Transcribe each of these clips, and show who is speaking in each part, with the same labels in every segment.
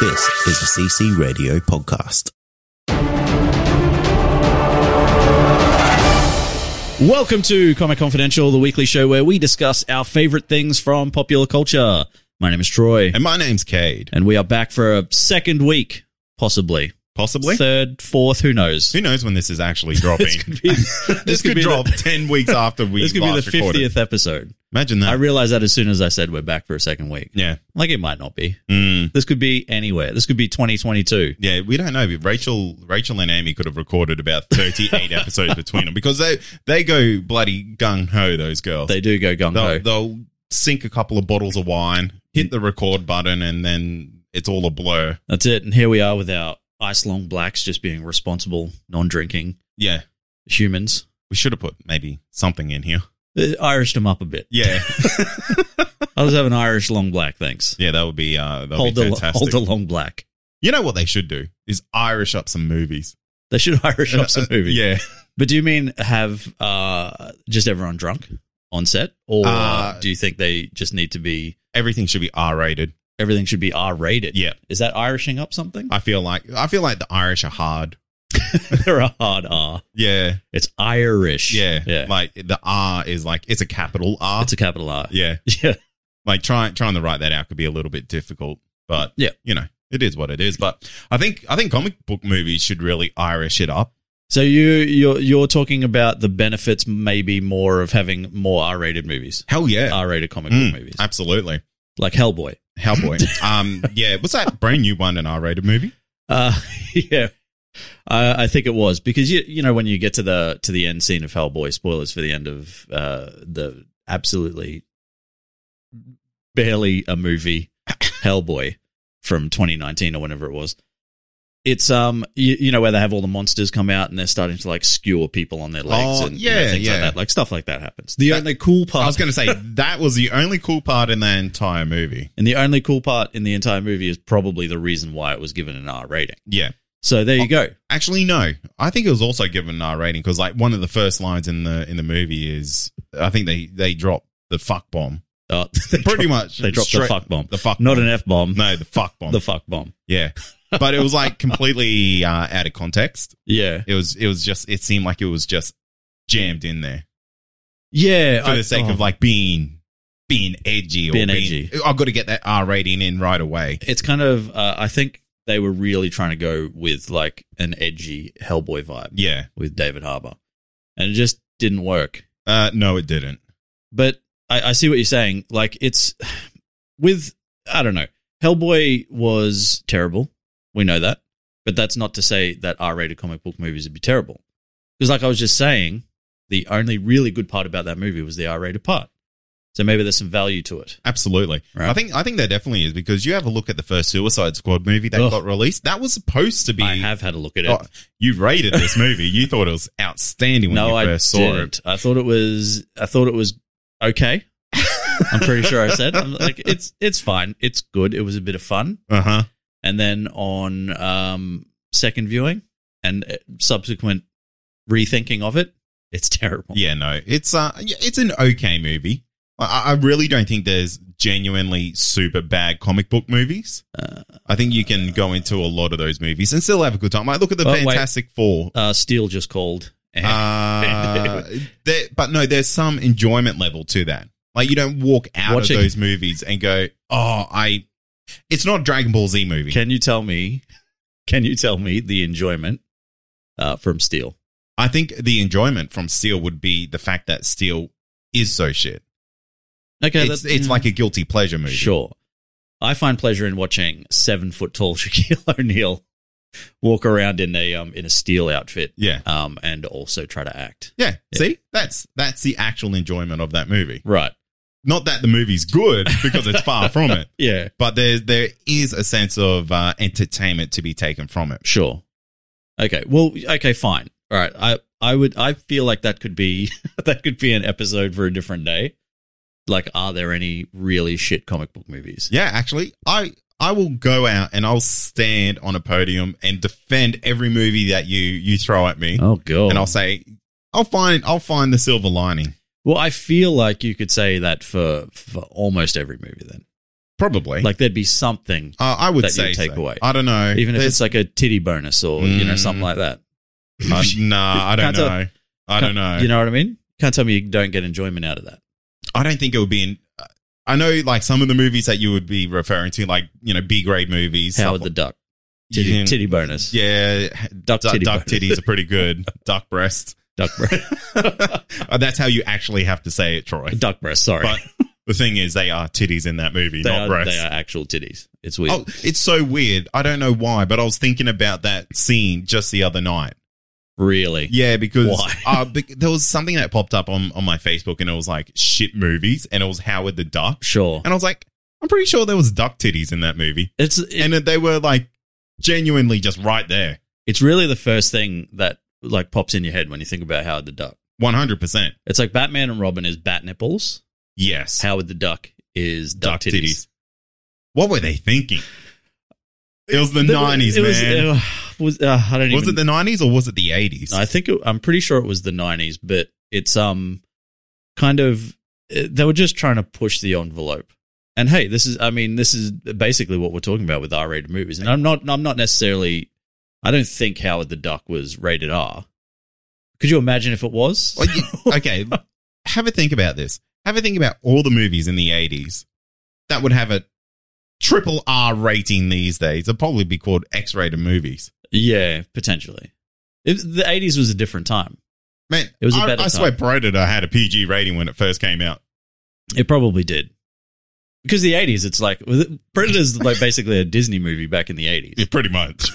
Speaker 1: This is a CC Radio podcast.
Speaker 2: Welcome to Comic Confidential, the weekly show where we discuss our favorite things from popular culture. My name is Troy,
Speaker 3: And my name's Cade.
Speaker 2: and we are back for a second week, possibly.
Speaker 3: Possibly.
Speaker 2: Third, fourth, who knows?
Speaker 3: Who knows when this is actually dropping?
Speaker 2: This could be, this
Speaker 3: This could
Speaker 2: be
Speaker 3: drop
Speaker 2: The,
Speaker 3: 10 weeks after we
Speaker 2: this could be the
Speaker 3: last recorded.
Speaker 2: 50th episode.
Speaker 3: Imagine that.
Speaker 2: I realized that as soon as I said we're back for a second week.
Speaker 3: yeah.
Speaker 2: Like it might not be.
Speaker 3: Mm.
Speaker 2: This could be anywhere. This could be 2022.
Speaker 3: Yeah, we don't know. Rachel Rachel and Amy could have recorded about 38 episodes between them because they, they go bloody gung-ho, those girls.
Speaker 2: They do go gung
Speaker 3: they'll,
Speaker 2: ho.
Speaker 3: they'll sink a couple of bottles of wine, hit the record button, and then it's all a blur.
Speaker 2: That's it. And here we are with our ice long blacks just being responsible, non drinking
Speaker 3: Yeah.
Speaker 2: humans.
Speaker 3: We should have put maybe something in here.
Speaker 2: Uh, Irished them up a bit.
Speaker 3: Yeah.
Speaker 2: I'll just have an Irish long black, thanks.
Speaker 3: yeah, that would be, uh, that would
Speaker 2: hold
Speaker 3: be
Speaker 2: the
Speaker 3: fantastic.
Speaker 2: hold the long black.
Speaker 3: you know what they should do is Irish up some movies.
Speaker 2: They should Irish up some
Speaker 3: Uh,
Speaker 2: movie.
Speaker 3: Yeah.
Speaker 2: but do you mean have uh, just everyone drunk on set, or
Speaker 3: Uh,
Speaker 2: do you think they just need to be
Speaker 3: everything should be R rated.
Speaker 2: everything should be R rated?
Speaker 3: Yeah.
Speaker 2: is that Irishing up something?
Speaker 3: I feel like I feel like the Irish are hard.
Speaker 2: They're a hard R.
Speaker 3: Yeah,
Speaker 2: It's Irish.
Speaker 3: yeah,
Speaker 2: yeah.
Speaker 3: Like the R is like it's a capital R.
Speaker 2: it's a capital R.
Speaker 3: yeah,
Speaker 2: yeah.
Speaker 3: like trying trying to write that out could be a little bit difficult, but
Speaker 2: Yeah.
Speaker 3: you know it is what it is. But I think I think comic book movies should really Irish it up.
Speaker 2: So you you're you're talking about the benefits, maybe more of having more R rated movies,
Speaker 3: Hell yeah,
Speaker 2: R rated comic
Speaker 3: Mm,
Speaker 2: book movies,
Speaker 3: absolutely.
Speaker 2: like Hellboy.
Speaker 3: Hellboy. um, yeah, what's that brand new one an R rated movie?
Speaker 2: Uh, yeah, I, I think it was because you you know when you get to the to the end scene of Hellboy, spoilers for the end of uh, the absolutely barely a movie Hellboy from 2019 or whenever it was. It's um you, you know where they have all the monsters come out and they're starting to like skewer people on their legs
Speaker 3: Oh,
Speaker 2: and you know,
Speaker 3: yeah,
Speaker 2: things
Speaker 3: yeah.
Speaker 2: like that like stuff like that happens. The
Speaker 3: That-
Speaker 2: only cool part
Speaker 3: I was going to say that was the only cool part in that entire movie.
Speaker 2: and the only cool part in the entire movie is probably the reason why it was given an R rating.
Speaker 3: Yeah.
Speaker 2: So there you
Speaker 3: Oh,
Speaker 2: go.
Speaker 3: Actually, no. I think it was also given an R rating because, like, one of the first lines in the in the movie is, I think they they drop the fuck bomb.
Speaker 2: Uh,
Speaker 3: Pretty much,
Speaker 2: they dropped the
Speaker 3: Straight-
Speaker 2: fuck bomb.
Speaker 3: The fuck,
Speaker 2: Not
Speaker 3: bomb.
Speaker 2: an F bomb.
Speaker 3: no, the fuck bomb.
Speaker 2: The fuck bomb.
Speaker 3: yeah, but it was like completely uh, out of context.
Speaker 2: Yeah.
Speaker 3: It was it was just it seemed like it was just jammed in there
Speaker 2: Yeah.
Speaker 3: for
Speaker 2: I-
Speaker 3: the sake
Speaker 2: oh.
Speaker 3: of like being being edgy or
Speaker 2: Being
Speaker 3: being,
Speaker 2: edgy.
Speaker 3: I've got to get that R rating in right away.
Speaker 2: It's kind of, uh, I think they were really trying to go with like an edgy Hellboy vibe
Speaker 3: Yeah,
Speaker 2: with David Harbour. And it just didn't work.
Speaker 3: uh, no, it didn't.
Speaker 2: But I, I see what you're saying. Like it's with, I don't know. Hellboy was terrible. We know that. But that's not to say that R rated comic book movies would be terrible. Because, like I was just saying, the only really good part about that movie was the R rated part. So maybe there's some value to it.
Speaker 3: Absolutely.
Speaker 2: Right.
Speaker 3: I think I think there definitely is because you have a look at the first Suicide Squad movie that
Speaker 2: Ugh.
Speaker 3: got released. That was supposed to be.
Speaker 2: I have had a look at it.
Speaker 3: Oh, you rated this movie. You thought it was outstanding when
Speaker 2: no,
Speaker 3: you
Speaker 2: I
Speaker 3: first saw
Speaker 2: didn't.
Speaker 3: it.
Speaker 2: I thought it was. I thought it was okay. I'm pretty sure I said I'm like it's it's fine. It's good. It was a bit of fun.
Speaker 3: Uh huh.
Speaker 2: And then on um, second viewing and uh, subsequent rethinking of it, it's terrible.
Speaker 3: Yeah, no, it's uh, yeah, it's an okay movie. I, I really don't think there's genuinely super bad comic book movies.
Speaker 2: Uh,
Speaker 3: I think you can go into a lot of those movies and still have a good time. Like look at the
Speaker 2: Oh, wait.
Speaker 3: Fantastic Four.
Speaker 2: uh, Steel just called. And
Speaker 3: Uh, there, but no, there's some enjoyment level to that. Like you don't walk out
Speaker 2: Watching-
Speaker 3: of those movies and go, "Oh, I." It's not a Dragon Ball Z movie.
Speaker 2: can you tell me? Can you tell me the enjoyment uh, from Steel?
Speaker 3: I think the enjoyment from Steel would be the fact that Steel is so shit.
Speaker 2: Okay,
Speaker 3: it's it's like a guilty pleasure movie.
Speaker 2: Sure. I find pleasure in watching seven foot tall Shaquille O'Neal walk around in a um in a steel outfit.
Speaker 3: Yeah.
Speaker 2: Um and also try to act.
Speaker 3: Yeah.
Speaker 2: Yeah.
Speaker 3: See, that's that's the actual enjoyment of that movie.
Speaker 2: Right.
Speaker 3: Not that the movie's good because it's far from it,
Speaker 2: Yeah,
Speaker 3: but there there is a sense of uh, entertainment to be taken from it.
Speaker 2: sure. Okay. Well, okay, fine. All right. I I would I feel like that could be that could be an episode for a different day. Like, are there any really shit comic book movies?
Speaker 3: Yeah, actually, I I will go out and I'll stand on a podium and defend every movie that you you throw at me,
Speaker 2: Oh god.
Speaker 3: and I'll say I'll find I'll find the silver lining.
Speaker 2: well, I feel like you could say that for for almost every movie. Then,
Speaker 3: Probably,
Speaker 2: like, there'd be something,
Speaker 3: uh, I would
Speaker 2: that
Speaker 3: say
Speaker 2: you'd take
Speaker 3: so.
Speaker 2: away.
Speaker 3: I don't know,
Speaker 2: even if
Speaker 3: There's-
Speaker 2: it's like a titty bonus or you know
Speaker 3: Mm.
Speaker 2: something like that.
Speaker 3: Uh, nah, I don't
Speaker 2: Can't tell-
Speaker 3: know. I don't know.
Speaker 2: You know what I mean? Can't tell me you don't get enjoyment out of that.
Speaker 3: I don't think it would be in. I know, like some of the movies that you would be referring to, like you know, B grade movies.
Speaker 2: Howard
Speaker 3: stuff
Speaker 2: the
Speaker 3: like-
Speaker 2: Duck, titty,
Speaker 3: Yeah.
Speaker 2: titty bonus,
Speaker 3: Yeah,
Speaker 2: duck
Speaker 3: duck,
Speaker 2: titty,
Speaker 3: duck
Speaker 2: bonus.
Speaker 3: titties are pretty good. duck breast.
Speaker 2: duck breast,
Speaker 3: Uh, That's how you actually have to say it, Troy.
Speaker 2: duck breast. Sorry,
Speaker 3: But the thing is, they are titties in that movie,
Speaker 2: they
Speaker 3: not
Speaker 2: are,
Speaker 3: breasts.
Speaker 2: they are actual titties. It's weird.
Speaker 3: Oh, it's so weird. I don't know why, but I was thinking about that scene just the other night.
Speaker 2: really?
Speaker 3: Yeah, because
Speaker 2: Why?
Speaker 3: uh, bec- there was something that popped up on, on my Facebook and it was like shit movies and it was Howard the Duck.
Speaker 2: Sure.
Speaker 3: And I was like, I'm pretty sure there was duck titties in that movie.
Speaker 2: It's it-
Speaker 3: and they were like genuinely just right there.
Speaker 2: it's really the first thing that like pops in your head when you think about Howard the Duck.
Speaker 3: 100%.
Speaker 2: It's like Batman and Robin is bat nipples.
Speaker 3: Yes.
Speaker 2: Howard the Duck is duck,
Speaker 3: Duck
Speaker 2: titties.
Speaker 3: titties. What were they thinking? It was the, 90s,
Speaker 2: it was-
Speaker 3: man.
Speaker 2: it was- uh, I don't
Speaker 3: Was,
Speaker 2: even,
Speaker 3: it the 90s or was it the 80s?
Speaker 2: I think it, I'm pretty sure it was the 90s, but it's um kind of uh, they were just trying to push the envelope. And hey, this is I mean this is basically what we're talking about with R-rated movies. And I'm not I'm not necessarily I don't think Howard the Duck was rated R. Could you imagine if it was?
Speaker 3: Well, you- okay, have a think about this. Have a think about all the movies in the 80s that would have a triple R rating these days. They'd probably be called X rated movies.
Speaker 2: yeah, potentially. If the 80s was a different time.
Speaker 3: Man,
Speaker 2: It was a
Speaker 3: I,
Speaker 2: better
Speaker 3: I swear
Speaker 2: time.
Speaker 3: Predator had a PG rating when it first came out.
Speaker 2: It probably did. Because the 80s it's like Predator's like basically a Disney movie back in the 80s.
Speaker 3: Yeah, pretty much.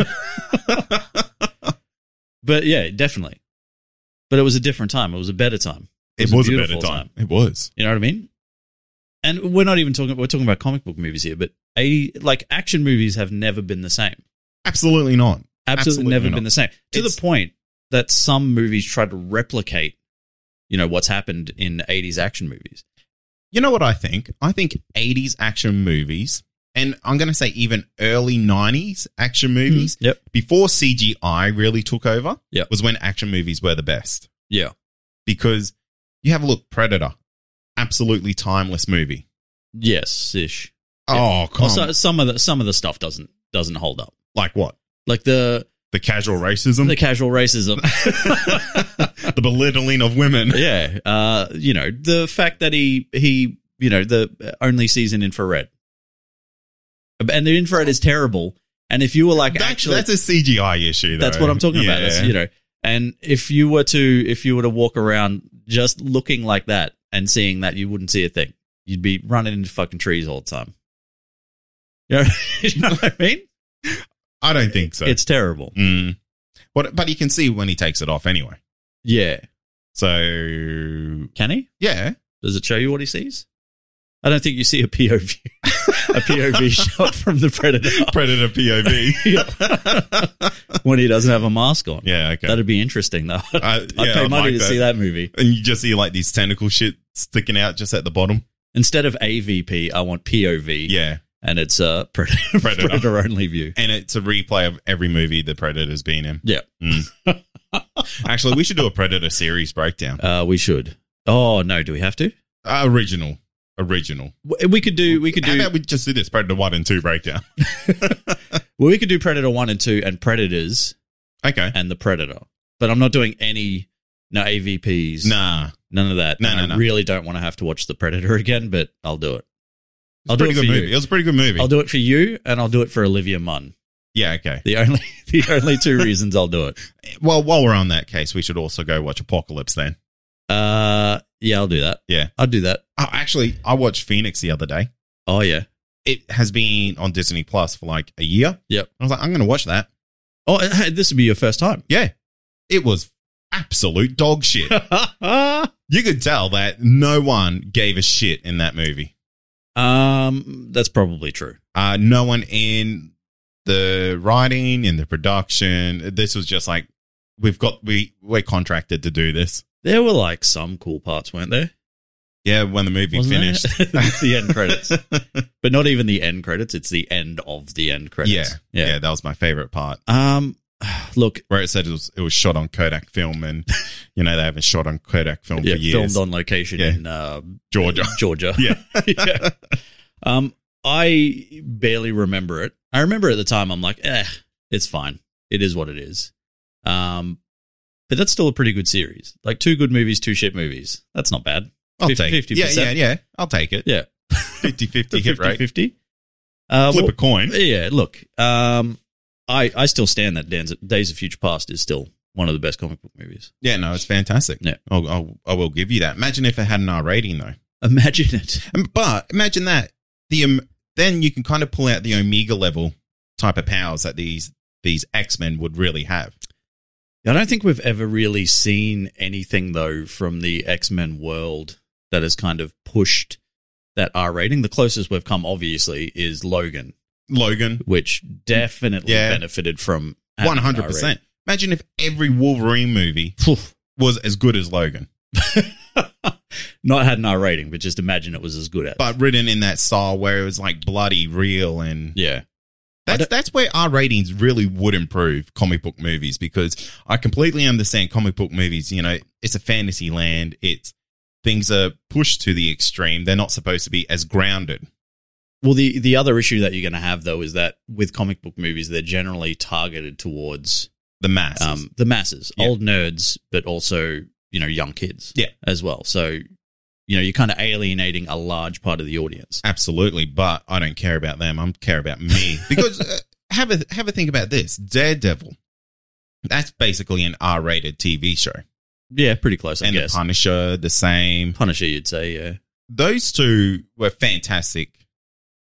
Speaker 2: But yeah, definitely. But it was a different time. It was a better time.
Speaker 3: it was a better
Speaker 2: beautiful
Speaker 3: time. It was.
Speaker 2: You know what I mean? And we're not even talking. We're talking about comic book movies here, but eighty like action movies have never been the same.
Speaker 3: Absolutely not.
Speaker 2: Absolutely,
Speaker 3: Absolutely
Speaker 2: never
Speaker 3: not.
Speaker 2: been the same. To
Speaker 3: It's-
Speaker 2: the point that some movies try to replicate, you know, what's happened in eighties action movies.
Speaker 3: You know what I think? I think 80s action movies, and I'm going to say even early 90s action movies,
Speaker 2: Yep.
Speaker 3: before CGI really took over,
Speaker 2: Hmm. Yeah.
Speaker 3: was when action movies were the best.
Speaker 2: Yeah.
Speaker 3: Because you have a look, Predator, absolutely timeless movie.
Speaker 2: Yes. Ish.
Speaker 3: Oh, come
Speaker 2: Also,
Speaker 3: on.
Speaker 2: some of the some of the stuff doesn't doesn't hold up.
Speaker 3: Like what?
Speaker 2: Like the
Speaker 3: The casual racism,
Speaker 2: the casual racism.
Speaker 3: the belittling of women.
Speaker 2: yeah. Uh, you know, the fact that he he you know the only sees in infrared, and the infrared is terrible. And if you were like
Speaker 3: That-
Speaker 2: actually,
Speaker 3: that's
Speaker 2: that's,
Speaker 3: a CGI issue. Though.
Speaker 2: what I'm talking about.
Speaker 3: Yeah.
Speaker 2: That's, you know, and if you were to if you were to walk around just looking like that and seeing that, you wouldn't see a thing. You'd be running into fucking trees all the time. You know, you know what I mean?
Speaker 3: I don't think so.
Speaker 2: It's terrible.
Speaker 3: Mm. But, but you can see when he takes it off anyway.
Speaker 2: Yeah.
Speaker 3: So,
Speaker 2: Can he?
Speaker 3: yeah.
Speaker 2: Does it show you what he sees? I don't think you see a POV, a POV shot from the predator
Speaker 3: Predator POV.
Speaker 2: when he doesn't have a mask on.
Speaker 3: yeah, okay.
Speaker 2: That'd be interesting though. I'd
Speaker 3: I, yeah,
Speaker 2: pay
Speaker 3: I'd
Speaker 2: money
Speaker 3: like
Speaker 2: to see that movie.
Speaker 3: And you just see like these tentacle shit sticking out just at the bottom.
Speaker 2: Instead of AVP, I want POV.
Speaker 3: Yeah.
Speaker 2: and it's a predator,
Speaker 3: Predator.
Speaker 2: predator. only view.
Speaker 3: And it's a replay of every movie the Predator's been in. Mm.
Speaker 2: Yeah,
Speaker 3: Actually, we should do a Predator series breakdown.
Speaker 2: uh, we should. Oh no, do we have to?
Speaker 3: Uh, original. Original.
Speaker 2: W- We could do. We could
Speaker 3: How
Speaker 2: do.
Speaker 3: about we just do this Predator 1 and 2 breakdown?
Speaker 2: Well, we could do Predator one and two, and Predators
Speaker 3: Okay.
Speaker 2: and the Predator. But I'm not doing any. No AVPs.
Speaker 3: Nah.
Speaker 2: None of that.
Speaker 3: No,
Speaker 2: And
Speaker 3: no,
Speaker 2: I
Speaker 3: no.
Speaker 2: really don't want to have to watch The Predator again, but I'll do it. I'll do
Speaker 3: pretty
Speaker 2: it for
Speaker 3: good movie. It
Speaker 2: you.
Speaker 3: was a pretty good movie.
Speaker 2: I'll do it for you, and I'll do it for Olivia Munn.
Speaker 3: yeah, okay.
Speaker 2: The only the only two reasons I'll do it.
Speaker 3: Well, while we're on that case, we should also go watch Apocalypse then.
Speaker 2: Uh, yeah, I'll do that.
Speaker 3: Yeah.
Speaker 2: I'll do that.
Speaker 3: Oh, actually, I watched Phoenix the other day.
Speaker 2: Oh yeah.
Speaker 3: it has been on Disney Plus for like a year.
Speaker 2: Yep. uh,
Speaker 3: I was like, I'm going to watch that.
Speaker 2: Oh, hey, this would be your first time.
Speaker 3: Yeah. It was absolute dog shit. you could tell that no one gave a shit in that movie.
Speaker 2: um, that's probably true.
Speaker 3: Uh, no one in the writing, in the production. This was just like we've got we we're contracted to do this.
Speaker 2: There were like some cool parts, weren't there?
Speaker 3: Yeah, when the movie
Speaker 2: Wasn't there?
Speaker 3: finished.
Speaker 2: the end credits, but not even the end credits. It's the end of the end
Speaker 3: Yeah,
Speaker 2: credits.
Speaker 3: yeah, that was my favorite part.
Speaker 2: yeah. Um, look,
Speaker 3: Where it said it was it was shot on Kodak film, and you know they haven't shot on Kodak film
Speaker 2: yeah,
Speaker 3: for years.
Speaker 2: filmed on location
Speaker 3: Yeah.
Speaker 2: in uh,
Speaker 3: Georgia.
Speaker 2: Georgia.
Speaker 3: Yeah.
Speaker 2: Yeah. Um, I barely remember it. I remember at the time I'm like, eh, it's fine. It is what it is. Um, but that's still a pretty good series. Like two good movies, two shit movies. That's not bad.
Speaker 3: I'll
Speaker 2: Fif-
Speaker 3: take it.
Speaker 2: 50%.
Speaker 3: Yeah, yeah, yeah. I'll take it.
Speaker 2: Yeah.
Speaker 3: 50 50 hit rate.
Speaker 2: 50-50. Uh,
Speaker 3: Flip
Speaker 2: well-
Speaker 3: a coin.
Speaker 2: yeah, look, um, I I still stand that Dan's, Days of Future Past is still one of the best comic book movies.
Speaker 3: Yeah, no, it's fantastic.
Speaker 2: Yeah.
Speaker 3: I'll, I'll, I will give you that. Imagine if it had an R rating, though.
Speaker 2: Imagine it.
Speaker 3: Um, But imagine that. the um, Then you can kind of pull out the Omega level type of powers that these these X Men would really have.
Speaker 2: I don't think we've ever really seen anything though from the X Men world that has kind of pushed that R rating. The closest we've come, obviously, is Logan,
Speaker 3: Logan,
Speaker 2: which definitely
Speaker 3: Yeah.
Speaker 2: benefited from having an
Speaker 3: 100%. Imagine if every Wolverine movie
Speaker 2: R rating.
Speaker 3: was as good as Logan,
Speaker 2: Not had an R rating, but just imagine it was as good at.
Speaker 3: but written in that style where it was like bloody real and
Speaker 2: yeah,
Speaker 3: That's
Speaker 2: don't-
Speaker 3: that's where our ratings really would improve comic book movies because I completely understand comic book movies. You know, it's a fantasy land. It's things are pushed to the extreme. They're not supposed to be as grounded.
Speaker 2: Well, the the other issue that you're going to have though is that with comic book movies, they're generally targeted towards
Speaker 3: The mass.
Speaker 2: um, the masses,
Speaker 3: Yeah.
Speaker 2: old nerds, but also you know young kids,
Speaker 3: Yeah.
Speaker 2: as well. So you know you're kind of alienating a large part of the audience.
Speaker 3: Absolutely, but I don't care about them. I am care about me because uh, have a have a think about this. Daredevil. That's basically an R-rated TV show,
Speaker 2: Yeah, pretty close, I
Speaker 3: and
Speaker 2: guess.
Speaker 3: The Punisher the same.
Speaker 2: Punisher, you'd say, yeah,
Speaker 3: those two were fantastic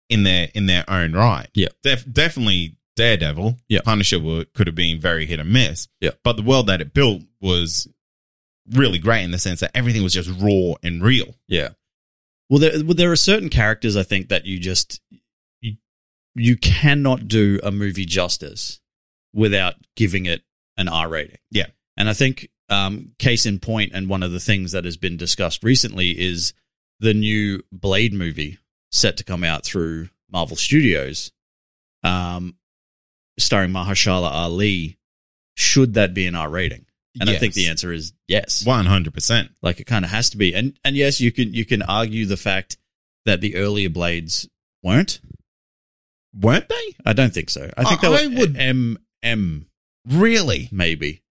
Speaker 3: in their in their own right.
Speaker 2: Yeah.
Speaker 3: Def- definitely Daredevil.
Speaker 2: Yeah.
Speaker 3: Punisher would, could have been very hit and miss.
Speaker 2: Yeah.
Speaker 3: but the world that it built was really great in the sense that everything was just raw and real.
Speaker 2: yeah. Well, there well, there are certain characters I think that you just you, you cannot do a movie justice without giving it an R rating.
Speaker 3: Yeah.
Speaker 2: And I think um, case in point, and one of the things that has been discussed recently is the new Blade movie set to come out through Marvel Studios, um, starring Mahershala Ali. Should that be an R rating? And I think the answer is yes.
Speaker 3: one hundred percent.
Speaker 2: Like it kind of has to be. And and yes, you can you can argue the fact that the earlier Blades weren't.
Speaker 3: Weren't they
Speaker 2: I don't think so. I think
Speaker 3: I-
Speaker 2: they were
Speaker 3: I would-
Speaker 2: M M
Speaker 3: really?
Speaker 2: maybe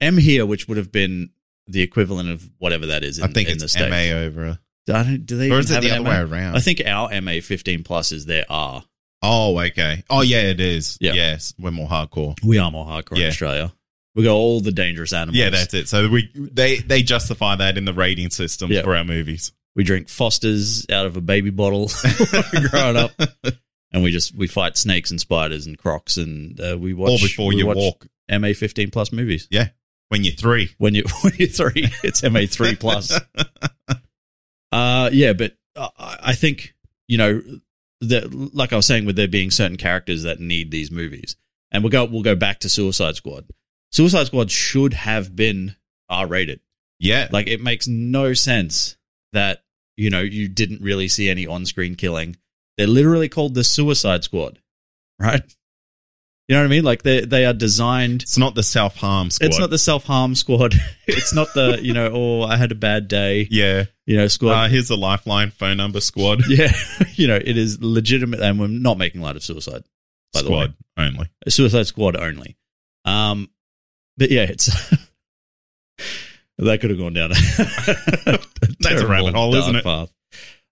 Speaker 2: M here, which would have been the equivalent of whatever that is. In,
Speaker 3: I think
Speaker 2: in the
Speaker 3: it's
Speaker 2: States.
Speaker 3: MA over,
Speaker 2: I don't, do they
Speaker 3: or
Speaker 2: even
Speaker 3: is it
Speaker 2: have
Speaker 3: the
Speaker 2: an
Speaker 3: other
Speaker 2: MA?
Speaker 3: way around?
Speaker 2: I think our MA fifteen plus is their R.
Speaker 3: oh, okay. Oh, yeah, it is.
Speaker 2: Yeah.
Speaker 3: Yes, we're more hardcore.
Speaker 2: We are more hardcore
Speaker 3: Yeah.
Speaker 2: in Australia. We got all the dangerous animals.
Speaker 3: Yeah, that's it. So we they they justify that in the rating system
Speaker 2: Yeah.
Speaker 3: for our movies.
Speaker 2: we drink Fosters out of a baby bottle growing up, and we just we fight snakes and spiders and crocs, and uh, we watch
Speaker 3: or before
Speaker 2: we
Speaker 3: you
Speaker 2: watch
Speaker 3: walk
Speaker 2: MA fifteen plus movies.
Speaker 3: when you're three.
Speaker 2: when you when you're three, it's MA three plus. Uh, yeah, but I, I think you know that, like I was saying, with there being certain characters that need these movies, and we'll go we'll go back to Suicide Squad. Suicide Squad should have been R rated.
Speaker 3: Yeah.
Speaker 2: Like it makes no sense that you know you didn't really see any on screen killing. They're literally called the Suicide Squad, right? You know what I mean? Like they they are designed
Speaker 3: it's not the self harm squad.
Speaker 2: it's not the self harm squad. It's not the you know, oh, I had a bad day.
Speaker 3: yeah.
Speaker 2: You know, squad.
Speaker 3: Uh, here's the lifeline phone number squad.
Speaker 2: yeah, you know, it is legitimate, and we're not making light of suicide. By the way,
Speaker 3: squad only.
Speaker 2: suicide squad only. Um, but yeah, it's that could have gone down. That's
Speaker 3: rabbit hole, isn't it?
Speaker 2: Path.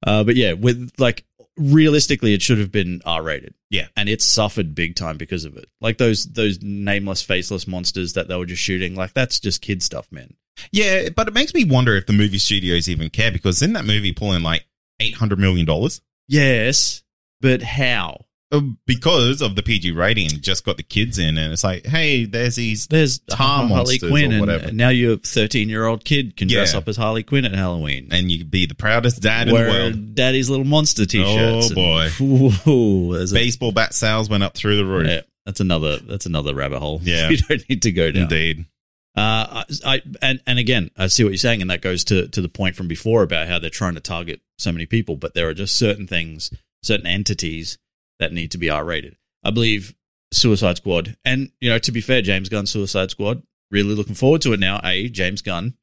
Speaker 2: Uh, but yeah, with like realistically, it should have been R rated.
Speaker 3: Yeah.
Speaker 2: and it suffered big time because of it. Like those those nameless, faceless monsters that they were just shooting. Like that's just kid stuff, man.
Speaker 3: Yeah, but it makes me wonder if the movie studios even care because in that movie pulling like eight hundred million dollars.
Speaker 2: Yes, but how?
Speaker 3: uh, because of the PG rating, just got the kids in, and it's like, hey, there's these.
Speaker 2: There's
Speaker 3: Tar
Speaker 2: Harley
Speaker 3: monsters
Speaker 2: Quinn,
Speaker 3: or
Speaker 2: and
Speaker 3: whatever.
Speaker 2: now your 13 year old kid can dress
Speaker 3: Yeah.
Speaker 2: up as Harley Quinn at Halloween.
Speaker 3: And you could be the proudest dad in the
Speaker 2: Wear
Speaker 3: world.
Speaker 2: daddy's little monster t-shirts. and-
Speaker 3: boy.
Speaker 2: Whoa, there's a-
Speaker 3: Baseball bat sales went up through the roof.
Speaker 2: yeah, that's another that's another rabbit hole.
Speaker 3: Yeah.
Speaker 2: you don't need to go down.
Speaker 3: Indeed.
Speaker 2: Uh, I, I and and again, I see what you're saying, and that goes to to the point from before about how they're trying to target so many people, but there are just certain things, certain entities that need to be R-rated. I believe Suicide Squad, and you know, to be fair, James Gunn Suicide Squad, really looking forward to it now. A James Gunn,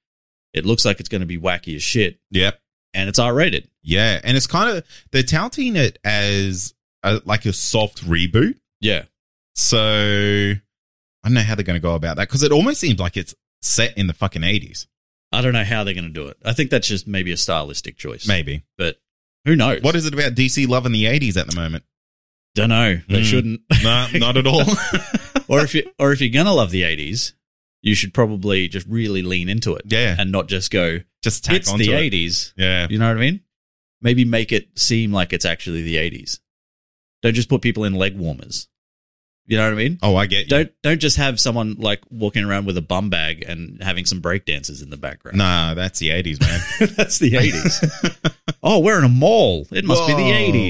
Speaker 2: it looks like it's going to be wacky as shit,
Speaker 3: Yep.
Speaker 2: and it's R-rated.
Speaker 3: Yeah, and it's kind of they're touting it as a, like a soft reboot.
Speaker 2: Yeah,
Speaker 3: So I don't know how they're going to go about that because it almost seems like it's set in the fucking eighties.
Speaker 2: I don't know how they're going to do it. I think that's just maybe a stylistic choice,
Speaker 3: Maybe
Speaker 2: but who knows?
Speaker 3: what is it about DC love in the eighties at the moment?
Speaker 2: Don't know. They
Speaker 3: Mm.
Speaker 2: shouldn't.
Speaker 3: No, not at all.
Speaker 2: or if you or if you're gonna love the '80s, you should probably just really lean into it
Speaker 3: yeah,
Speaker 2: and not just go.
Speaker 3: just tack
Speaker 2: it's
Speaker 3: onto
Speaker 2: the
Speaker 3: it.
Speaker 2: '80s.
Speaker 3: Yeah,
Speaker 2: You know what I mean? Maybe make it seem like it's actually the '80s. Don't just put people in leg warmers. You know what I mean?
Speaker 3: Oh, I get you.
Speaker 2: Don't don't just have someone like walking around with a bum bag and having some break dances in the background.
Speaker 3: nah, that's the eighties, man.
Speaker 2: That's the '80s. oh, we're in a mall. It must be the
Speaker 3: Whoa.
Speaker 2: '80s.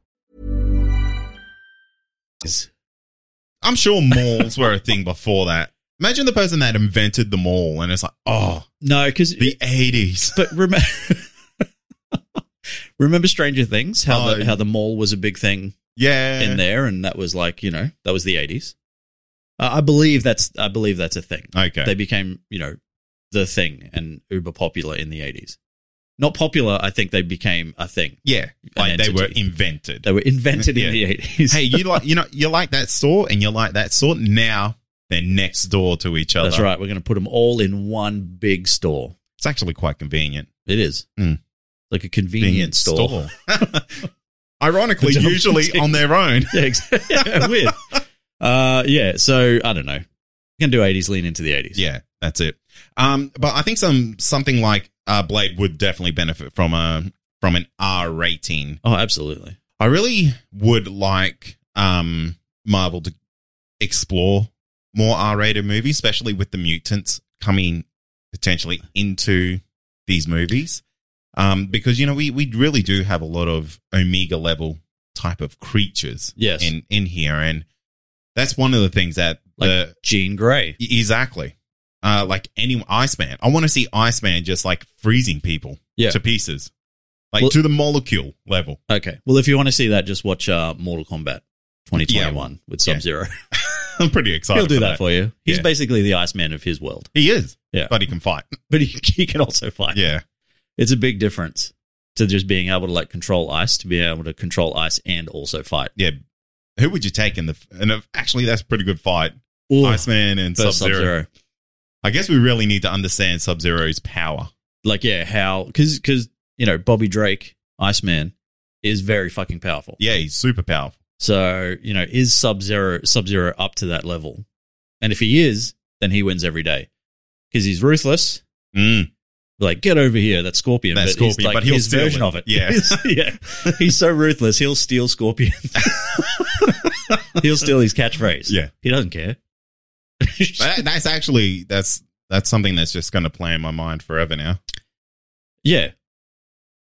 Speaker 3: I'm sure malls were a thing before that. Imagine the person that invented the mall, and it's like, oh,
Speaker 2: No, because
Speaker 3: the eighties.
Speaker 2: But remember, remember Stranger Things? How the
Speaker 3: Oh.
Speaker 2: how the mall was a big thing
Speaker 3: Yeah,
Speaker 2: in there, and that was like you know that was the eighties. Uh, I believe that's I believe that's a thing.
Speaker 3: Okay,
Speaker 2: They became you know the thing and uber popular in the eighties. Not popular, I think they became a thing.
Speaker 3: yeah, like they were
Speaker 2: entity.
Speaker 3: invented.
Speaker 2: They were invented in
Speaker 3: Yeah.
Speaker 2: the eighties.
Speaker 3: hey, you like you know you like that sort and you like that sort. Now they're next door to each other.
Speaker 2: that's right. We're going to put them all in one big store.
Speaker 3: It's actually quite convenient.
Speaker 2: It is
Speaker 3: Mm.
Speaker 2: like a convenience store.
Speaker 3: store. Ironically,
Speaker 2: Double
Speaker 3: usually
Speaker 2: tick.
Speaker 3: on their own.
Speaker 2: yeah, exactly. yeah, weird. Uh, yeah, so I don't know. You can do 80s, lean into the 80s.
Speaker 3: Yeah, that's it. Um, but I think some something like uh, Blade would definitely benefit from a from an R rating.
Speaker 2: Oh, absolutely.
Speaker 3: I really would like um Marvel to explore more R rated movies, especially with the mutants coming potentially into these movies. Um, because you know, we we really do have a lot of Omega level type of creatures
Speaker 2: Yes.
Speaker 3: in, in here and that's one of the things that
Speaker 2: Like
Speaker 3: the
Speaker 2: Jean Grey.
Speaker 3: Exactly. Uh, like any Iceman. I want to see Iceman just like freezing people
Speaker 2: Yeah.
Speaker 3: to pieces. Like
Speaker 2: Well-
Speaker 3: to the molecule level.
Speaker 2: Okay. Well, if you want to see that, just watch uh, Mortal Kombat 2021 with
Speaker 3: Yeah.
Speaker 2: Sub Zero.
Speaker 3: I'm pretty excited.
Speaker 2: He'll do
Speaker 3: for
Speaker 2: that for you. He's
Speaker 3: Yeah.
Speaker 2: basically the Iceman of his world,
Speaker 3: He is.
Speaker 2: Yeah.
Speaker 3: But he can fight.
Speaker 2: but he, he can also fight.
Speaker 3: Yeah.
Speaker 2: It's a big difference to just being able to like control ice, to being able to control ice and also fight.
Speaker 3: Yeah. Who would you take in the. And if- actually, that's a pretty good fight.
Speaker 2: Ooh,
Speaker 3: Iceman and Sub
Speaker 2: versus
Speaker 3: Zero.
Speaker 2: Sub-Zero.
Speaker 3: I guess we really need to understand Sub Zero's power.
Speaker 2: Like, yeah, how, because, because, you know, Bobby Drake, Iceman, is very fucking powerful.
Speaker 3: Yeah, he's super powerful.
Speaker 2: So, you know, is Sub Zero Sub Zero up to that level? And if he is, then he wins every day. Because he's ruthless.
Speaker 3: Mm.
Speaker 2: Like, get over here, that's Scorpion.
Speaker 3: That's
Speaker 2: he's
Speaker 3: Scorpion, but he'll
Speaker 2: his
Speaker 3: steal
Speaker 2: version
Speaker 3: it.
Speaker 2: of it.
Speaker 3: Yeah.
Speaker 2: He's, yeah. He's so ruthless, he'll steal Scorpion. he'll steal his catchphrase.
Speaker 3: Yeah.
Speaker 2: He doesn't care.
Speaker 3: That- that's actually. That's. That's something that's just going to play in my mind forever now.
Speaker 2: yeah.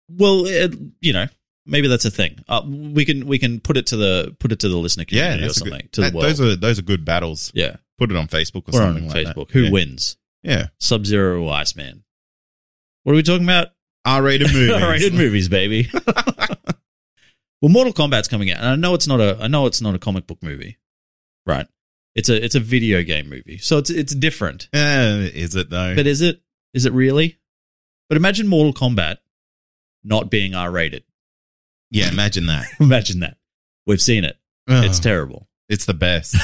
Speaker 2: Well, it, you know, maybe that's a thing. Uh, we can we can put it to the put it to the listener
Speaker 3: Yeah,
Speaker 2: community or
Speaker 3: that's a
Speaker 2: something
Speaker 3: good,
Speaker 2: to
Speaker 3: that-
Speaker 2: the world.
Speaker 3: those are those are good battles.
Speaker 2: yeah,
Speaker 3: Put it on Facebook or
Speaker 2: or on
Speaker 3: something like that.
Speaker 2: Facebook. Who
Speaker 3: yeah.
Speaker 2: wins?
Speaker 3: Yeah,
Speaker 2: Sub Zero or Iceman. What are we talking about?
Speaker 3: R-rated movies.
Speaker 2: R-rated movies, baby. well, Mortal Kombat's coming out, and I know it's not a I know it's not a comic book movie, right? It's a it's a video game movie, so it's it's different.
Speaker 3: Uh, is it though?
Speaker 2: But is it is it really? But imagine Mortal Kombat not being R-rated.
Speaker 3: Yeah, imagine that.
Speaker 2: Imagine that. We've seen it. It's
Speaker 3: Ugh,
Speaker 2: terrible.
Speaker 3: it's the best.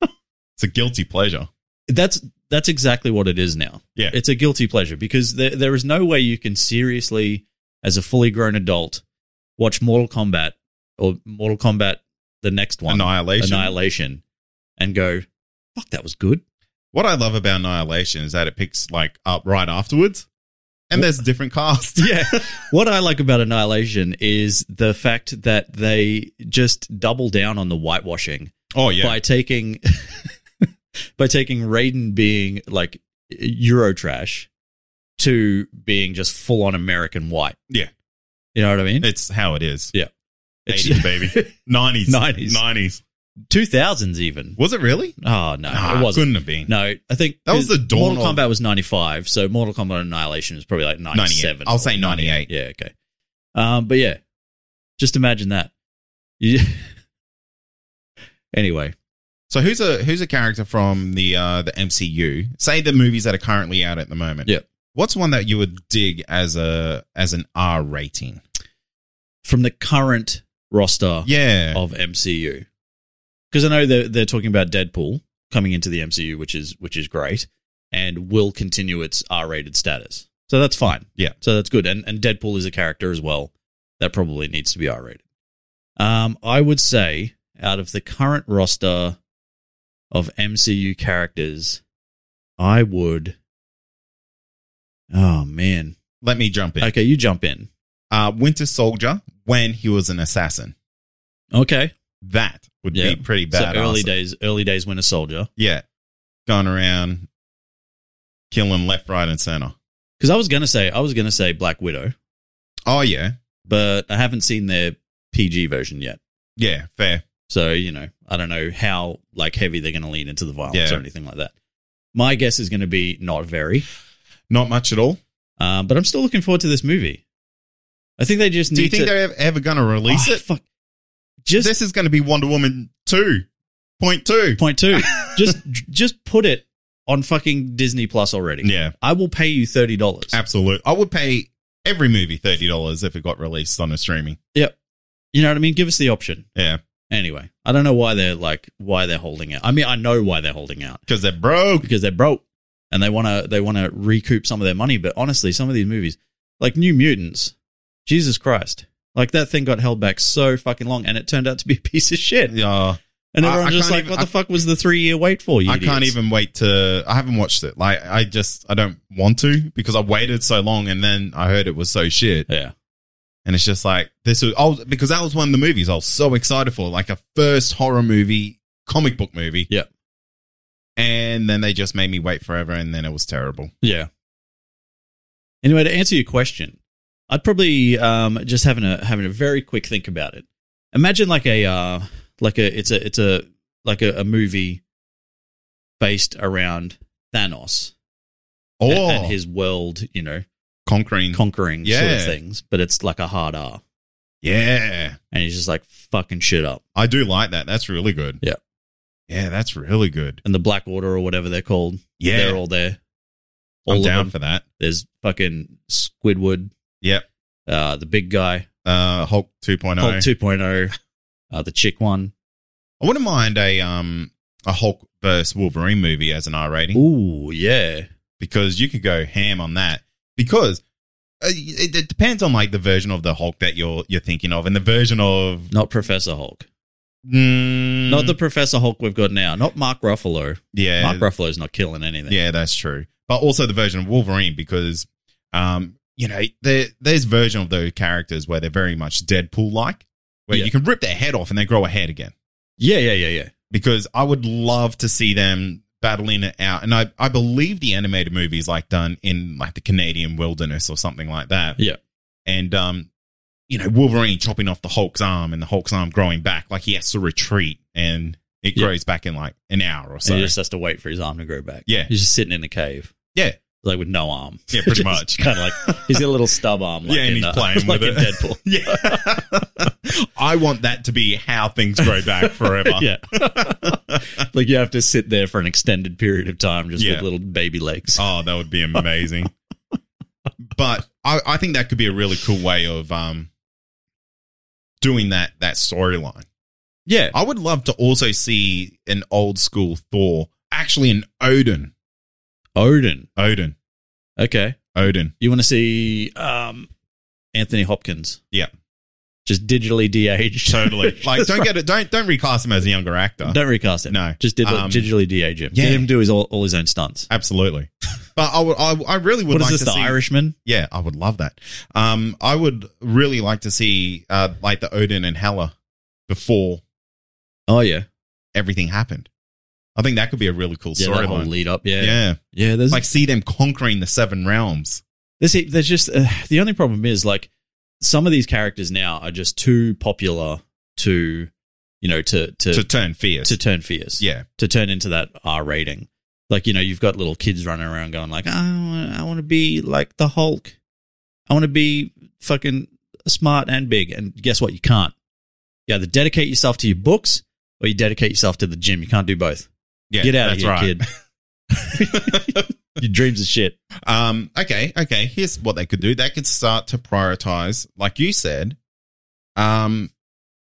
Speaker 3: it's a guilty pleasure.
Speaker 2: That's that's exactly what it is now.
Speaker 3: Yeah.
Speaker 2: It's a guilty pleasure because there, there is no way you can seriously, as a fully grown adult, watch Mortal Kombat or Mortal Kombat the next one,
Speaker 3: Annihilation.
Speaker 2: Annihilation, and go, fuck, that was good.
Speaker 3: What I love about Annihilation is that it picks like up right afterwards, and there's different cast.
Speaker 2: Yeah. what I like about Annihilation is the fact that they just double down on the whitewashing
Speaker 3: Oh yeah.
Speaker 2: by taking by taking Raiden being like Euro trash to being just full on American white.
Speaker 3: Yeah.
Speaker 2: You know what I mean?
Speaker 3: it's how it is.
Speaker 2: Yeah. It's-
Speaker 3: 80s, baby. 90s.
Speaker 2: 90s.
Speaker 3: 90s.
Speaker 2: 2000s even.
Speaker 3: Was it really?
Speaker 2: Oh no,
Speaker 3: Nah,
Speaker 2: it wasn't.
Speaker 3: Couldn't have been.
Speaker 2: No, I think
Speaker 3: That was the dawn
Speaker 2: Mortal
Speaker 3: of-
Speaker 2: Kombat was 95, so Mortal Kombat Annihilation was probably like 97.
Speaker 3: 98. I'll
Speaker 2: or
Speaker 3: say 98.
Speaker 2: Yeah, okay. Um, but yeah, just imagine that. You- anyway,
Speaker 3: So who's a who's a character from the uh the MCU? Say the movies that are currently out at the moment.
Speaker 2: Yeah.
Speaker 3: What's one that you would dig as a as an R rating?
Speaker 2: from the current roster
Speaker 3: Yeah.
Speaker 2: of MCU, because I know they're, they're talking about Deadpool coming into the MCU, which is which is great, and will continue its R-rated status. So that's fine.
Speaker 3: Yeah.
Speaker 2: So that's good. And and Deadpool is a character as well that probably needs to be R-rated. Um, I would say out of the current roster of MCU characters, I would. Oh man.
Speaker 3: Let me jump in.
Speaker 2: Okay, you jump in.
Speaker 3: Uh Winter Soldier when he was an assassin.
Speaker 2: Okay.
Speaker 3: That would
Speaker 2: Yeah.
Speaker 3: be pretty
Speaker 2: So
Speaker 3: bad.
Speaker 2: early days, early days when a soldier.
Speaker 3: Yeah. Going around killing left, right, and center.
Speaker 2: Because I was gonna say I was gonna say Black Widow,
Speaker 3: Oh yeah.
Speaker 2: but I haven't seen their PG version yet.
Speaker 3: Yeah, fair.
Speaker 2: So you know, I don't know how like heavy they're gonna lean into the violence
Speaker 3: Yeah.
Speaker 2: or anything like that. My guess is gonna be not very,
Speaker 3: Not much at all.
Speaker 2: um, but I'm still looking forward to this movie. I think they just need
Speaker 3: Do you think
Speaker 2: to
Speaker 3: they're ev- ever going to release
Speaker 2: Oh,
Speaker 3: it?
Speaker 2: Fuck. Just
Speaker 3: this is going to be Wonder Woman 2.2.
Speaker 2: point two. just just put it on fucking Disney Plus already.
Speaker 3: Yeah,
Speaker 2: I will pay you thirty dollars.
Speaker 3: absolutely. I would pay every movie $30 if it got released on a streaming.
Speaker 2: Yep. You know what I mean? Give us the option.
Speaker 3: Yeah,
Speaker 2: Anyway, I don't know why they're like why they're holding out. I mean, I know why they're holding out.
Speaker 3: because they're broke.
Speaker 2: because they're broke and they want to they want to recoup some of their money. But honestly, some of these movies, like New Mutants, Jesus Christ, like that thing got held back so fucking long, and it turned out to be a piece of shit.
Speaker 3: Yeah,
Speaker 2: And
Speaker 3: I-
Speaker 2: everyone's
Speaker 3: I
Speaker 2: just
Speaker 3: can't
Speaker 2: like,
Speaker 3: even-
Speaker 2: "What
Speaker 3: I-
Speaker 2: the fuck was the three year wait for?" You
Speaker 3: I can't
Speaker 2: idiots?"
Speaker 3: even wait to. I haven't watched it. Like, I just, I don't want to because I waited so long and then I heard it was so shit.
Speaker 2: Yeah,
Speaker 3: And it's just like, this was, I was, because that was one of the movies I was so excited for, like a first horror movie, comic book movie.
Speaker 2: Yeah.
Speaker 3: And then they just made me wait forever and then it was terrible.
Speaker 2: yeah. Anyway, to answer your question, I'd probably um, just having a having a very quick think about it. Imagine like a uh, like a it's a it's a like a, a movie based around Thanos.
Speaker 3: Or
Speaker 2: and, and his world, you know,
Speaker 3: Oh, conquering.
Speaker 2: conquering sort of
Speaker 3: Yeah.
Speaker 2: things, but it's like a hard R.
Speaker 3: yeah.
Speaker 2: And he's just like fucking shit up.
Speaker 3: I do like that. That's really good.
Speaker 2: Yeah.
Speaker 3: Yeah, that's really good.
Speaker 2: And the Black Order or whatever they're called,
Speaker 3: Yeah.
Speaker 2: they're all there. All
Speaker 3: I'm
Speaker 2: of
Speaker 3: down
Speaker 2: them.
Speaker 3: for that.
Speaker 2: There's fucking Squidward,
Speaker 3: Yep.
Speaker 2: uh, the big guy,
Speaker 3: Uh Hulk 2.0.
Speaker 2: Hulk 2.0, uh, the chick one.
Speaker 3: I wouldn't mind a um a Hulk versus Wolverine movie as an R rating
Speaker 2: Ooh, yeah.
Speaker 3: because you could go ham on that because uh, it, it depends on like the version of the Hulk that you're you're thinking of and the version of
Speaker 2: Not Professor Hulk.
Speaker 3: mm,
Speaker 2: Not the Professor Hulk we've got now. Not Mark Ruffalo.
Speaker 3: yeah
Speaker 2: Mark Ruffalo's not killing anything.
Speaker 3: Yeah, that's true. But also the version of Wolverine because, um, you know, there there's version of those characters where they're very much Deadpool like, where
Speaker 2: Yeah.
Speaker 3: you can rip their head off and they grow a head again.
Speaker 2: Yeah, yeah, yeah, yeah.
Speaker 3: Because I would love to see them battling it out, and I I believe the animated movie is like done in like the Canadian wilderness or something like that.
Speaker 2: Yeah.
Speaker 3: and um. You know, Wolverine chopping off the Hulk's arm and the Hulk's arm growing back, like he has to retreat and it
Speaker 2: Yeah.
Speaker 3: grows back in like an hour or
Speaker 2: So
Speaker 3: so.
Speaker 2: he just has to wait for his arm to grow back.
Speaker 3: Yeah.
Speaker 2: He's just sitting in a cave.
Speaker 3: Yeah.
Speaker 2: Like with no arm.
Speaker 3: Yeah, pretty much.
Speaker 2: Kind of like he's got a little stub arm. Like
Speaker 3: Yeah, and
Speaker 2: in,
Speaker 3: he's
Speaker 2: uh,
Speaker 3: playing
Speaker 2: like
Speaker 3: with
Speaker 2: in
Speaker 3: it.
Speaker 2: Deadpool.
Speaker 3: Yeah. I want that to be how things grow back forever.
Speaker 2: yeah. like you have to sit there for an extended period of time just
Speaker 3: Yeah.
Speaker 2: with little baby legs.
Speaker 3: Oh, that would be amazing. but I, I think that could be a really cool way of um doing that that storyline.
Speaker 2: Yeah.
Speaker 3: I would love to also see an old school Thor, actually an Odin,
Speaker 2: Odin.
Speaker 3: Odin,
Speaker 2: Okay.
Speaker 3: Odin.
Speaker 2: You want to see um, Anthony Hopkins?
Speaker 3: Yeah.
Speaker 2: Just digitally de-aged.
Speaker 3: Totally. like don't get it. Don't don't recast him as a younger actor.
Speaker 2: Don't recast him.
Speaker 3: No.
Speaker 2: Just did,
Speaker 3: Um,
Speaker 2: digitally de-age him.
Speaker 3: yeah.
Speaker 2: Let him do his all, all his own stunts.
Speaker 3: Absolutely. But I would. I, I really would
Speaker 2: What is
Speaker 3: like
Speaker 2: this?
Speaker 3: to
Speaker 2: The
Speaker 3: see.
Speaker 2: Irishman?
Speaker 3: Yeah, I would love that. Um, I would really like to see uh like the Odin and Hela before
Speaker 2: Oh yeah.
Speaker 3: everything happened. I think that could be a really cool
Speaker 2: Yeah. That whole
Speaker 3: storyline.
Speaker 2: lead up. Yeah. Yeah.
Speaker 3: Yeah.
Speaker 2: there's
Speaker 3: like see them conquering the seven realms.
Speaker 2: There's, heap- there's just uh, the only problem is like some of these characters now are just too popular to, you know, to to
Speaker 3: to
Speaker 2: to,
Speaker 3: turn fierce.
Speaker 2: turn fierce,
Speaker 3: yeah,
Speaker 2: to turn into that R rating. Like you know, you've got little kids running around going like, I want to be like the Hulk. I want to be fucking smart and big. And guess what? You can't. You either dedicate yourself to your books or you dedicate yourself to the gym. You can't do both.
Speaker 3: yeah,
Speaker 2: Get out of
Speaker 3: that's
Speaker 2: here,
Speaker 3: right.
Speaker 2: kid. your dreams are shit.
Speaker 3: Um, okay, okay. Here's what they could do. They could start to prioritize, like you said, um,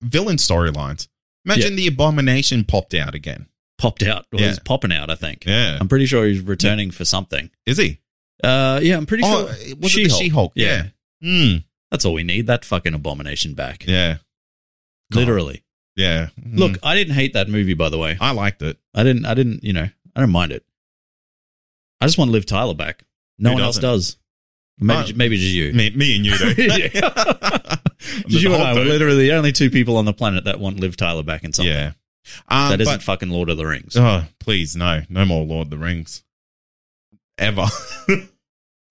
Speaker 3: villain storylines. Imagine the abomination popped out again.
Speaker 2: Popped out. Well,
Speaker 3: Yeah.
Speaker 2: He's popping out. I think.
Speaker 3: Yeah,
Speaker 2: I'm pretty sure he's returning for something.
Speaker 3: is he?
Speaker 2: Uh, yeah, I'm pretty
Speaker 3: Oh,
Speaker 2: sure.
Speaker 3: was it the She-Hulk? Yeah. Mm.
Speaker 2: that's all we need. That fucking abomination back.
Speaker 3: Yeah,
Speaker 2: Literally.
Speaker 3: yeah. Mm.
Speaker 2: Look, I didn't hate that movie, by the way.
Speaker 3: I liked it.
Speaker 2: I didn't. I didn't. You know, I don't mind it. I just want to live Tyler back. No
Speaker 3: Who
Speaker 2: one
Speaker 3: doesn't?
Speaker 2: else does. Maybe,
Speaker 3: Uh,
Speaker 2: maybe just you.
Speaker 3: Me, me and you, though.
Speaker 2: Yeah. Just you and I. We're literally the only two people on the planet that want Liv Tyler back in something.
Speaker 3: Yeah. Um,
Speaker 2: that isn't
Speaker 3: but-
Speaker 2: fucking Lord of the Rings.
Speaker 3: oh, please, no, no more Lord of the Rings. Ever.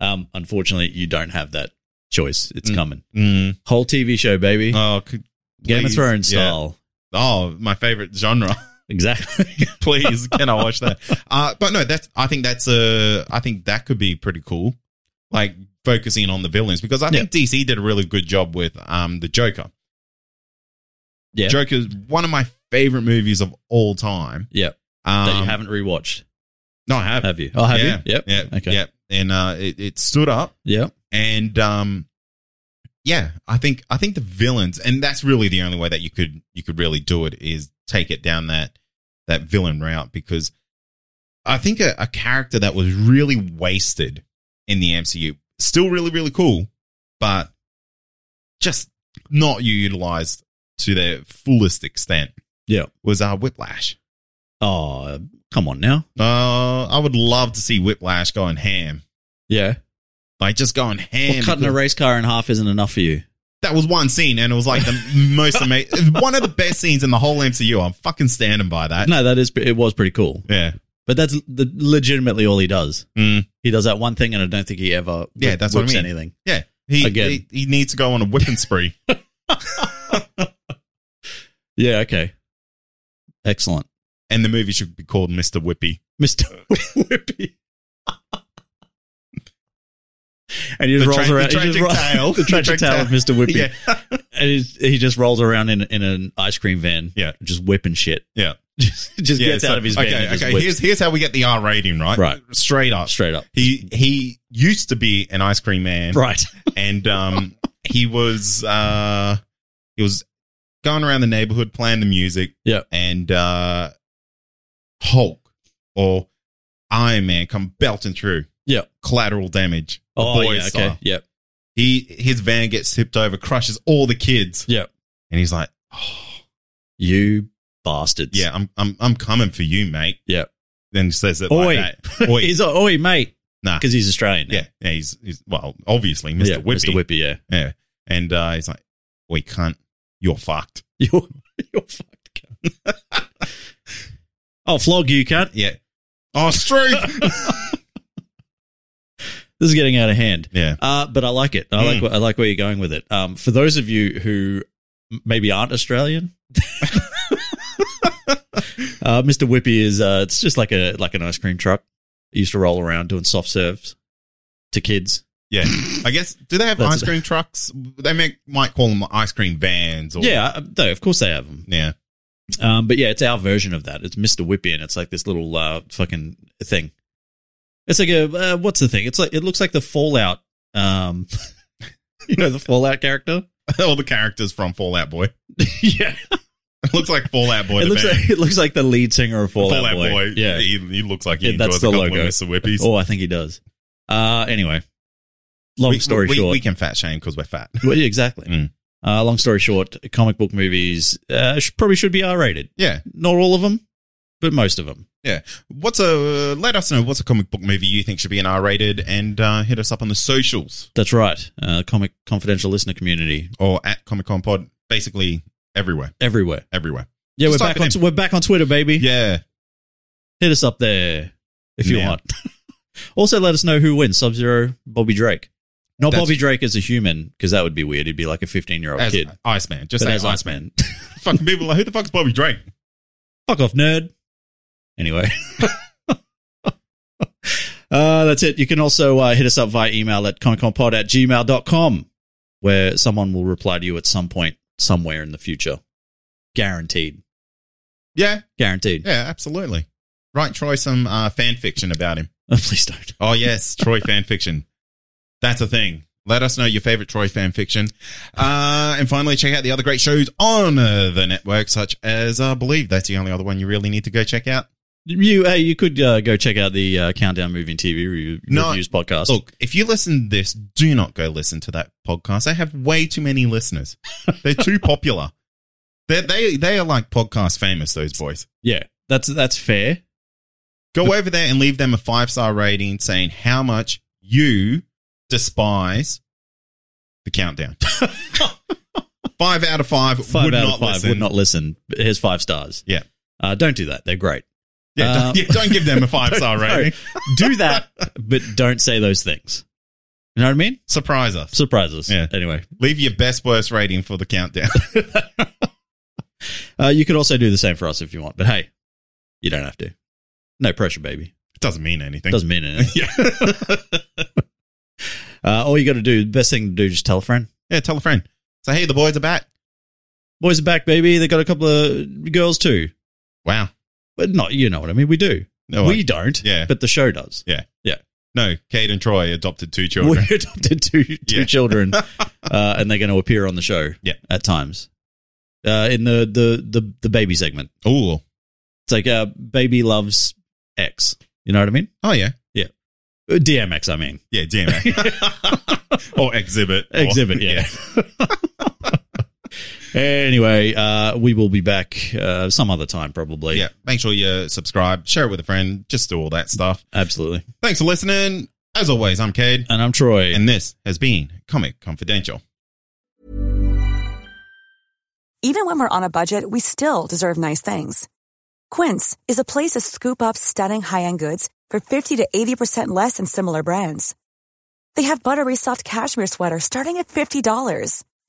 Speaker 2: Um, unfortunately, you don't have that choice. It's
Speaker 3: Mm.
Speaker 2: coming.
Speaker 3: Mm.
Speaker 2: Whole TV show, baby.
Speaker 3: Oh, could,
Speaker 2: Game of
Speaker 3: please,
Speaker 2: Thrones
Speaker 3: yeah.
Speaker 2: style.
Speaker 3: Oh, my favorite genre.
Speaker 2: Exactly.
Speaker 3: Please, can I watch that? Uh, but no, that's. I think that's a. I think that could be pretty cool. Like focusing on the villains because I think DC did a really good job with um the Joker.
Speaker 2: Yeah.
Speaker 3: Joker is one of my favorite movies of all time.
Speaker 2: yeah.
Speaker 3: Um,
Speaker 2: that you haven't rewatched.
Speaker 3: No, I have.
Speaker 2: Have you? Oh, have
Speaker 3: yeah,
Speaker 2: you? Yep.
Speaker 3: Yeah.
Speaker 2: Okay.
Speaker 3: Yep. And uh, it, it stood up
Speaker 2: Yep.
Speaker 3: and um yeah i think i think the villains and that's really the only way that you could you could really do it is take it down that that villain route because i think a, a character that was really wasted in the mcu still really really cool but just not utilized to their fullest extent
Speaker 2: Yeah.
Speaker 3: was uh whiplash
Speaker 2: Oh, come on now.
Speaker 3: uh i would love to see whiplash going ham
Speaker 2: Yeah.
Speaker 3: like just going ham
Speaker 2: Well, cutting
Speaker 3: because-
Speaker 2: a race car in half isn't enough for you.
Speaker 3: that was one scene, and it was like the most amazing, one of the best scenes in the whole MCU. I'm fucking standing by that.
Speaker 2: No, that is it was pretty cool,
Speaker 3: Yeah,
Speaker 2: but that's the, legitimately all he does.
Speaker 3: Mm.
Speaker 2: He does that one thing, and I don't think he ever
Speaker 3: Yeah,
Speaker 2: whi-
Speaker 3: that's what I
Speaker 2: whips
Speaker 3: mean.
Speaker 2: anything.
Speaker 3: yeah. He,
Speaker 2: Again.
Speaker 3: he he needs to go on a whipping spree.
Speaker 2: Yeah. Okay. Excellent,
Speaker 3: and the movie should be called Mr. Whippy.
Speaker 2: Mister Whippy. And he just
Speaker 3: The
Speaker 2: rolls
Speaker 3: tra- the
Speaker 2: around. he just
Speaker 3: tragic
Speaker 2: ro-
Speaker 3: tale.
Speaker 2: the tragic tale of Mr. Whippy.
Speaker 3: Yeah,
Speaker 2: And he, he just rolls around in, in an ice cream van.
Speaker 3: Yeah.
Speaker 2: Just whipping shit.
Speaker 3: yeah,
Speaker 2: Just, just
Speaker 3: yeah.
Speaker 2: gets
Speaker 3: so-
Speaker 2: out of his van.
Speaker 3: Okay,
Speaker 2: and just
Speaker 3: okay.
Speaker 2: whips
Speaker 3: Here's here's how we get the R rating, right?
Speaker 2: Right.
Speaker 3: straight up.
Speaker 2: straight up.
Speaker 3: He he used to be an ice cream man,
Speaker 2: Right.
Speaker 3: and um, he was uh, he was going around the neighborhood playing the music.
Speaker 2: Yeah.
Speaker 3: and uh, Hulk or Iron Man come belting through.
Speaker 2: Yeah.
Speaker 3: collateral damage. The
Speaker 2: Oh,
Speaker 3: boys
Speaker 2: yeah, okay.
Speaker 3: style.
Speaker 2: Yep.
Speaker 3: He his van gets tipped over, crushes all the kids,
Speaker 2: Yep.
Speaker 3: and he's like, oh,
Speaker 2: You bastards.
Speaker 3: "Yeah, I'm I'm I'm coming for you, mate."
Speaker 2: Yeah.
Speaker 3: Then he says it
Speaker 2: Oi.
Speaker 3: like that. Oi.
Speaker 2: he's a, oi, mate.
Speaker 3: Nah.
Speaker 2: Because he's Australian. now.
Speaker 3: yeah, yeah. He's, he's well, obviously, Mister
Speaker 2: Yeah,
Speaker 3: Whippy.
Speaker 2: Mr. Whippy, yeah.
Speaker 3: Yeah, and uh, he's like, "Oi, cunt, you're fucked."
Speaker 2: You're, you're fucked. cunt. I'll flog you, cunt.
Speaker 3: Yeah. Oh, streak.
Speaker 2: This is getting out of hand.
Speaker 3: yeah.
Speaker 2: Uh, but I like it. I like
Speaker 3: Mm.
Speaker 2: like I like where you're going with it. Um, for those of you who m- maybe aren't Australian, uh, Mr. Whippy is uh, it's just like a like an ice cream truck. It used to roll around doing soft serves to kids.
Speaker 3: Yeah. I guess do they have
Speaker 2: That's-
Speaker 3: ice cream trucks? They may, might call them ice cream vans. Or,
Speaker 2: Yeah, uh, no, of course they have them.
Speaker 3: Yeah.
Speaker 2: Um, but yeah, it's our version of that. It's Mr. Whippy, and it's like this little uh, fucking thing. It's like a uh, what's the thing? It's like it looks like the Fallout. Um, you know the Fallout character.
Speaker 3: All the characters from Fallout Boy.
Speaker 2: yeah,
Speaker 3: It looks like Fallout Boy.
Speaker 2: it
Speaker 3: to
Speaker 2: looks
Speaker 3: me.
Speaker 2: like it looks like the lead singer of Fallout,
Speaker 3: Fallout Boy.
Speaker 2: Boy. Yeah.
Speaker 3: he, he looks like he
Speaker 2: Yeah, that's
Speaker 3: enjoys a
Speaker 2: the
Speaker 3: couple
Speaker 2: logo.
Speaker 3: of Mr. Whippies.
Speaker 2: Oh, I think he does. Uh, anyway, long
Speaker 3: We-
Speaker 2: story
Speaker 3: we,
Speaker 2: short,
Speaker 3: we can fat shame because we're fat.
Speaker 2: Well, yeah, exactly.
Speaker 3: Mm.
Speaker 2: Uh, long story short, comic book movies uh, sh- probably should be R rated.
Speaker 3: Yeah.
Speaker 2: Not all of them, but most of them.
Speaker 3: What's a let us know what's a comic book movie you think should be an R rated, and uh, hit us up on the socials
Speaker 2: That's right. Uh, comic confidential listener community
Speaker 3: or at Comic Con Pod. Basically everywhere,
Speaker 2: everywhere.
Speaker 3: everywhere.
Speaker 2: Yeah,
Speaker 3: Just
Speaker 2: we're
Speaker 3: type
Speaker 2: back
Speaker 3: it
Speaker 2: on
Speaker 3: in.
Speaker 2: we're back on Twitter, baby.
Speaker 3: Yeah,
Speaker 2: Hit us up there if you
Speaker 3: Yeah.
Speaker 2: want. also, let us know who wins: Sub Zero, Bobby Drake. Not
Speaker 3: That's-
Speaker 2: Bobby Drake as a human, because that would be weird. He'd be like a fifteen-year-old
Speaker 3: as
Speaker 2: kid.
Speaker 3: Iceman, just
Speaker 2: But
Speaker 3: say
Speaker 2: as
Speaker 3: Iceman.
Speaker 2: Iceman,
Speaker 3: Fucking people are like who the fuck's Bobby Drake?
Speaker 2: fuck off, nerd. Anyway. Uh, that's it. You can also uh, hit us up via email at comicconpod at gmail.com, where someone will reply to you at some point, somewhere in the future. Guaranteed.
Speaker 3: Yeah,
Speaker 2: Guaranteed.
Speaker 3: yeah, absolutely. Write Troy some uh, fan fiction about him.
Speaker 2: Oh, please don't.
Speaker 3: Oh yes, Troy fan fiction. That's a thing. Let us know your favorite Troy fan fiction. Uh, and finally, check out the other great shows on uh, the network, such as uh, Believe. That's the only other one you really need to go check out.
Speaker 2: You hey, you could uh, go check out the uh, Countdown Movie and TV re-
Speaker 3: No,
Speaker 2: Reviews podcast.
Speaker 3: Look, if you listen to this, do not go listen to that podcast. They have way too many listeners. They're too popular. They they they are like podcast famous. Those boys.
Speaker 2: Yeah, that's that's fair.
Speaker 3: Go over there and leave them a five star rating, saying how much you despise the countdown. five out of five.
Speaker 2: Five
Speaker 3: would
Speaker 2: out
Speaker 3: not
Speaker 2: of five
Speaker 3: listen.
Speaker 2: would not listen. Here's five stars.
Speaker 3: Yeah.
Speaker 2: Uh, don't do that. They're great.
Speaker 3: Yeah,
Speaker 2: Uh,
Speaker 3: don't, yeah, don't give them a five star
Speaker 2: No,
Speaker 3: rating.
Speaker 2: do that, but don't say those things. You know what I mean?
Speaker 3: Surprise us.
Speaker 2: Surprise us.
Speaker 3: Yeah.
Speaker 2: Anyway,
Speaker 3: Leave your best worst rating for the countdown.
Speaker 2: uh, you could also do the same for us if you want, but hey, you don't have to. No pressure, baby.
Speaker 3: It doesn't mean anything.
Speaker 2: Doesn't mean anything.
Speaker 3: yeah.
Speaker 2: Uh, all you got to do, the best thing to do, just tell a friend.
Speaker 3: yeah, tell a friend. Say, hey, the boys are back.
Speaker 2: Boys are back, baby. They got a couple of girls too,
Speaker 3: Wow.
Speaker 2: but not. You know what I mean? We do.
Speaker 3: No,
Speaker 2: we
Speaker 3: I-
Speaker 2: don't.
Speaker 3: yeah.
Speaker 2: But the show does.
Speaker 3: no, Kate and Troy adopted two children.
Speaker 2: We adopted two two
Speaker 3: Yeah.
Speaker 2: children, uh, and they're going to appear on the show.
Speaker 3: Yeah.
Speaker 2: At times, uh, in the the the the baby segment.
Speaker 3: Oh,
Speaker 2: It's like uh, baby loves X. You know what I mean?
Speaker 3: oh yeah,
Speaker 2: Uh, DMX, I mean.
Speaker 3: yeah, DMX or exhibit, Or-
Speaker 2: Exhibit, yeah. anyway, uh, we will be back uh, some other time, probably.
Speaker 3: yeah. Make sure you subscribe, share it with a friend, just do all that stuff.
Speaker 2: Absolutely.
Speaker 3: Thanks for listening. As always, I'm Cade,
Speaker 2: And I'm Troy.
Speaker 3: and this has been Comic Confidential.
Speaker 4: Even when we're on a budget, we still deserve nice things. Quince is a place to scoop up stunning high-end goods for 50 to 80% less than similar brands. They have buttery soft cashmere sweaters starting at $50,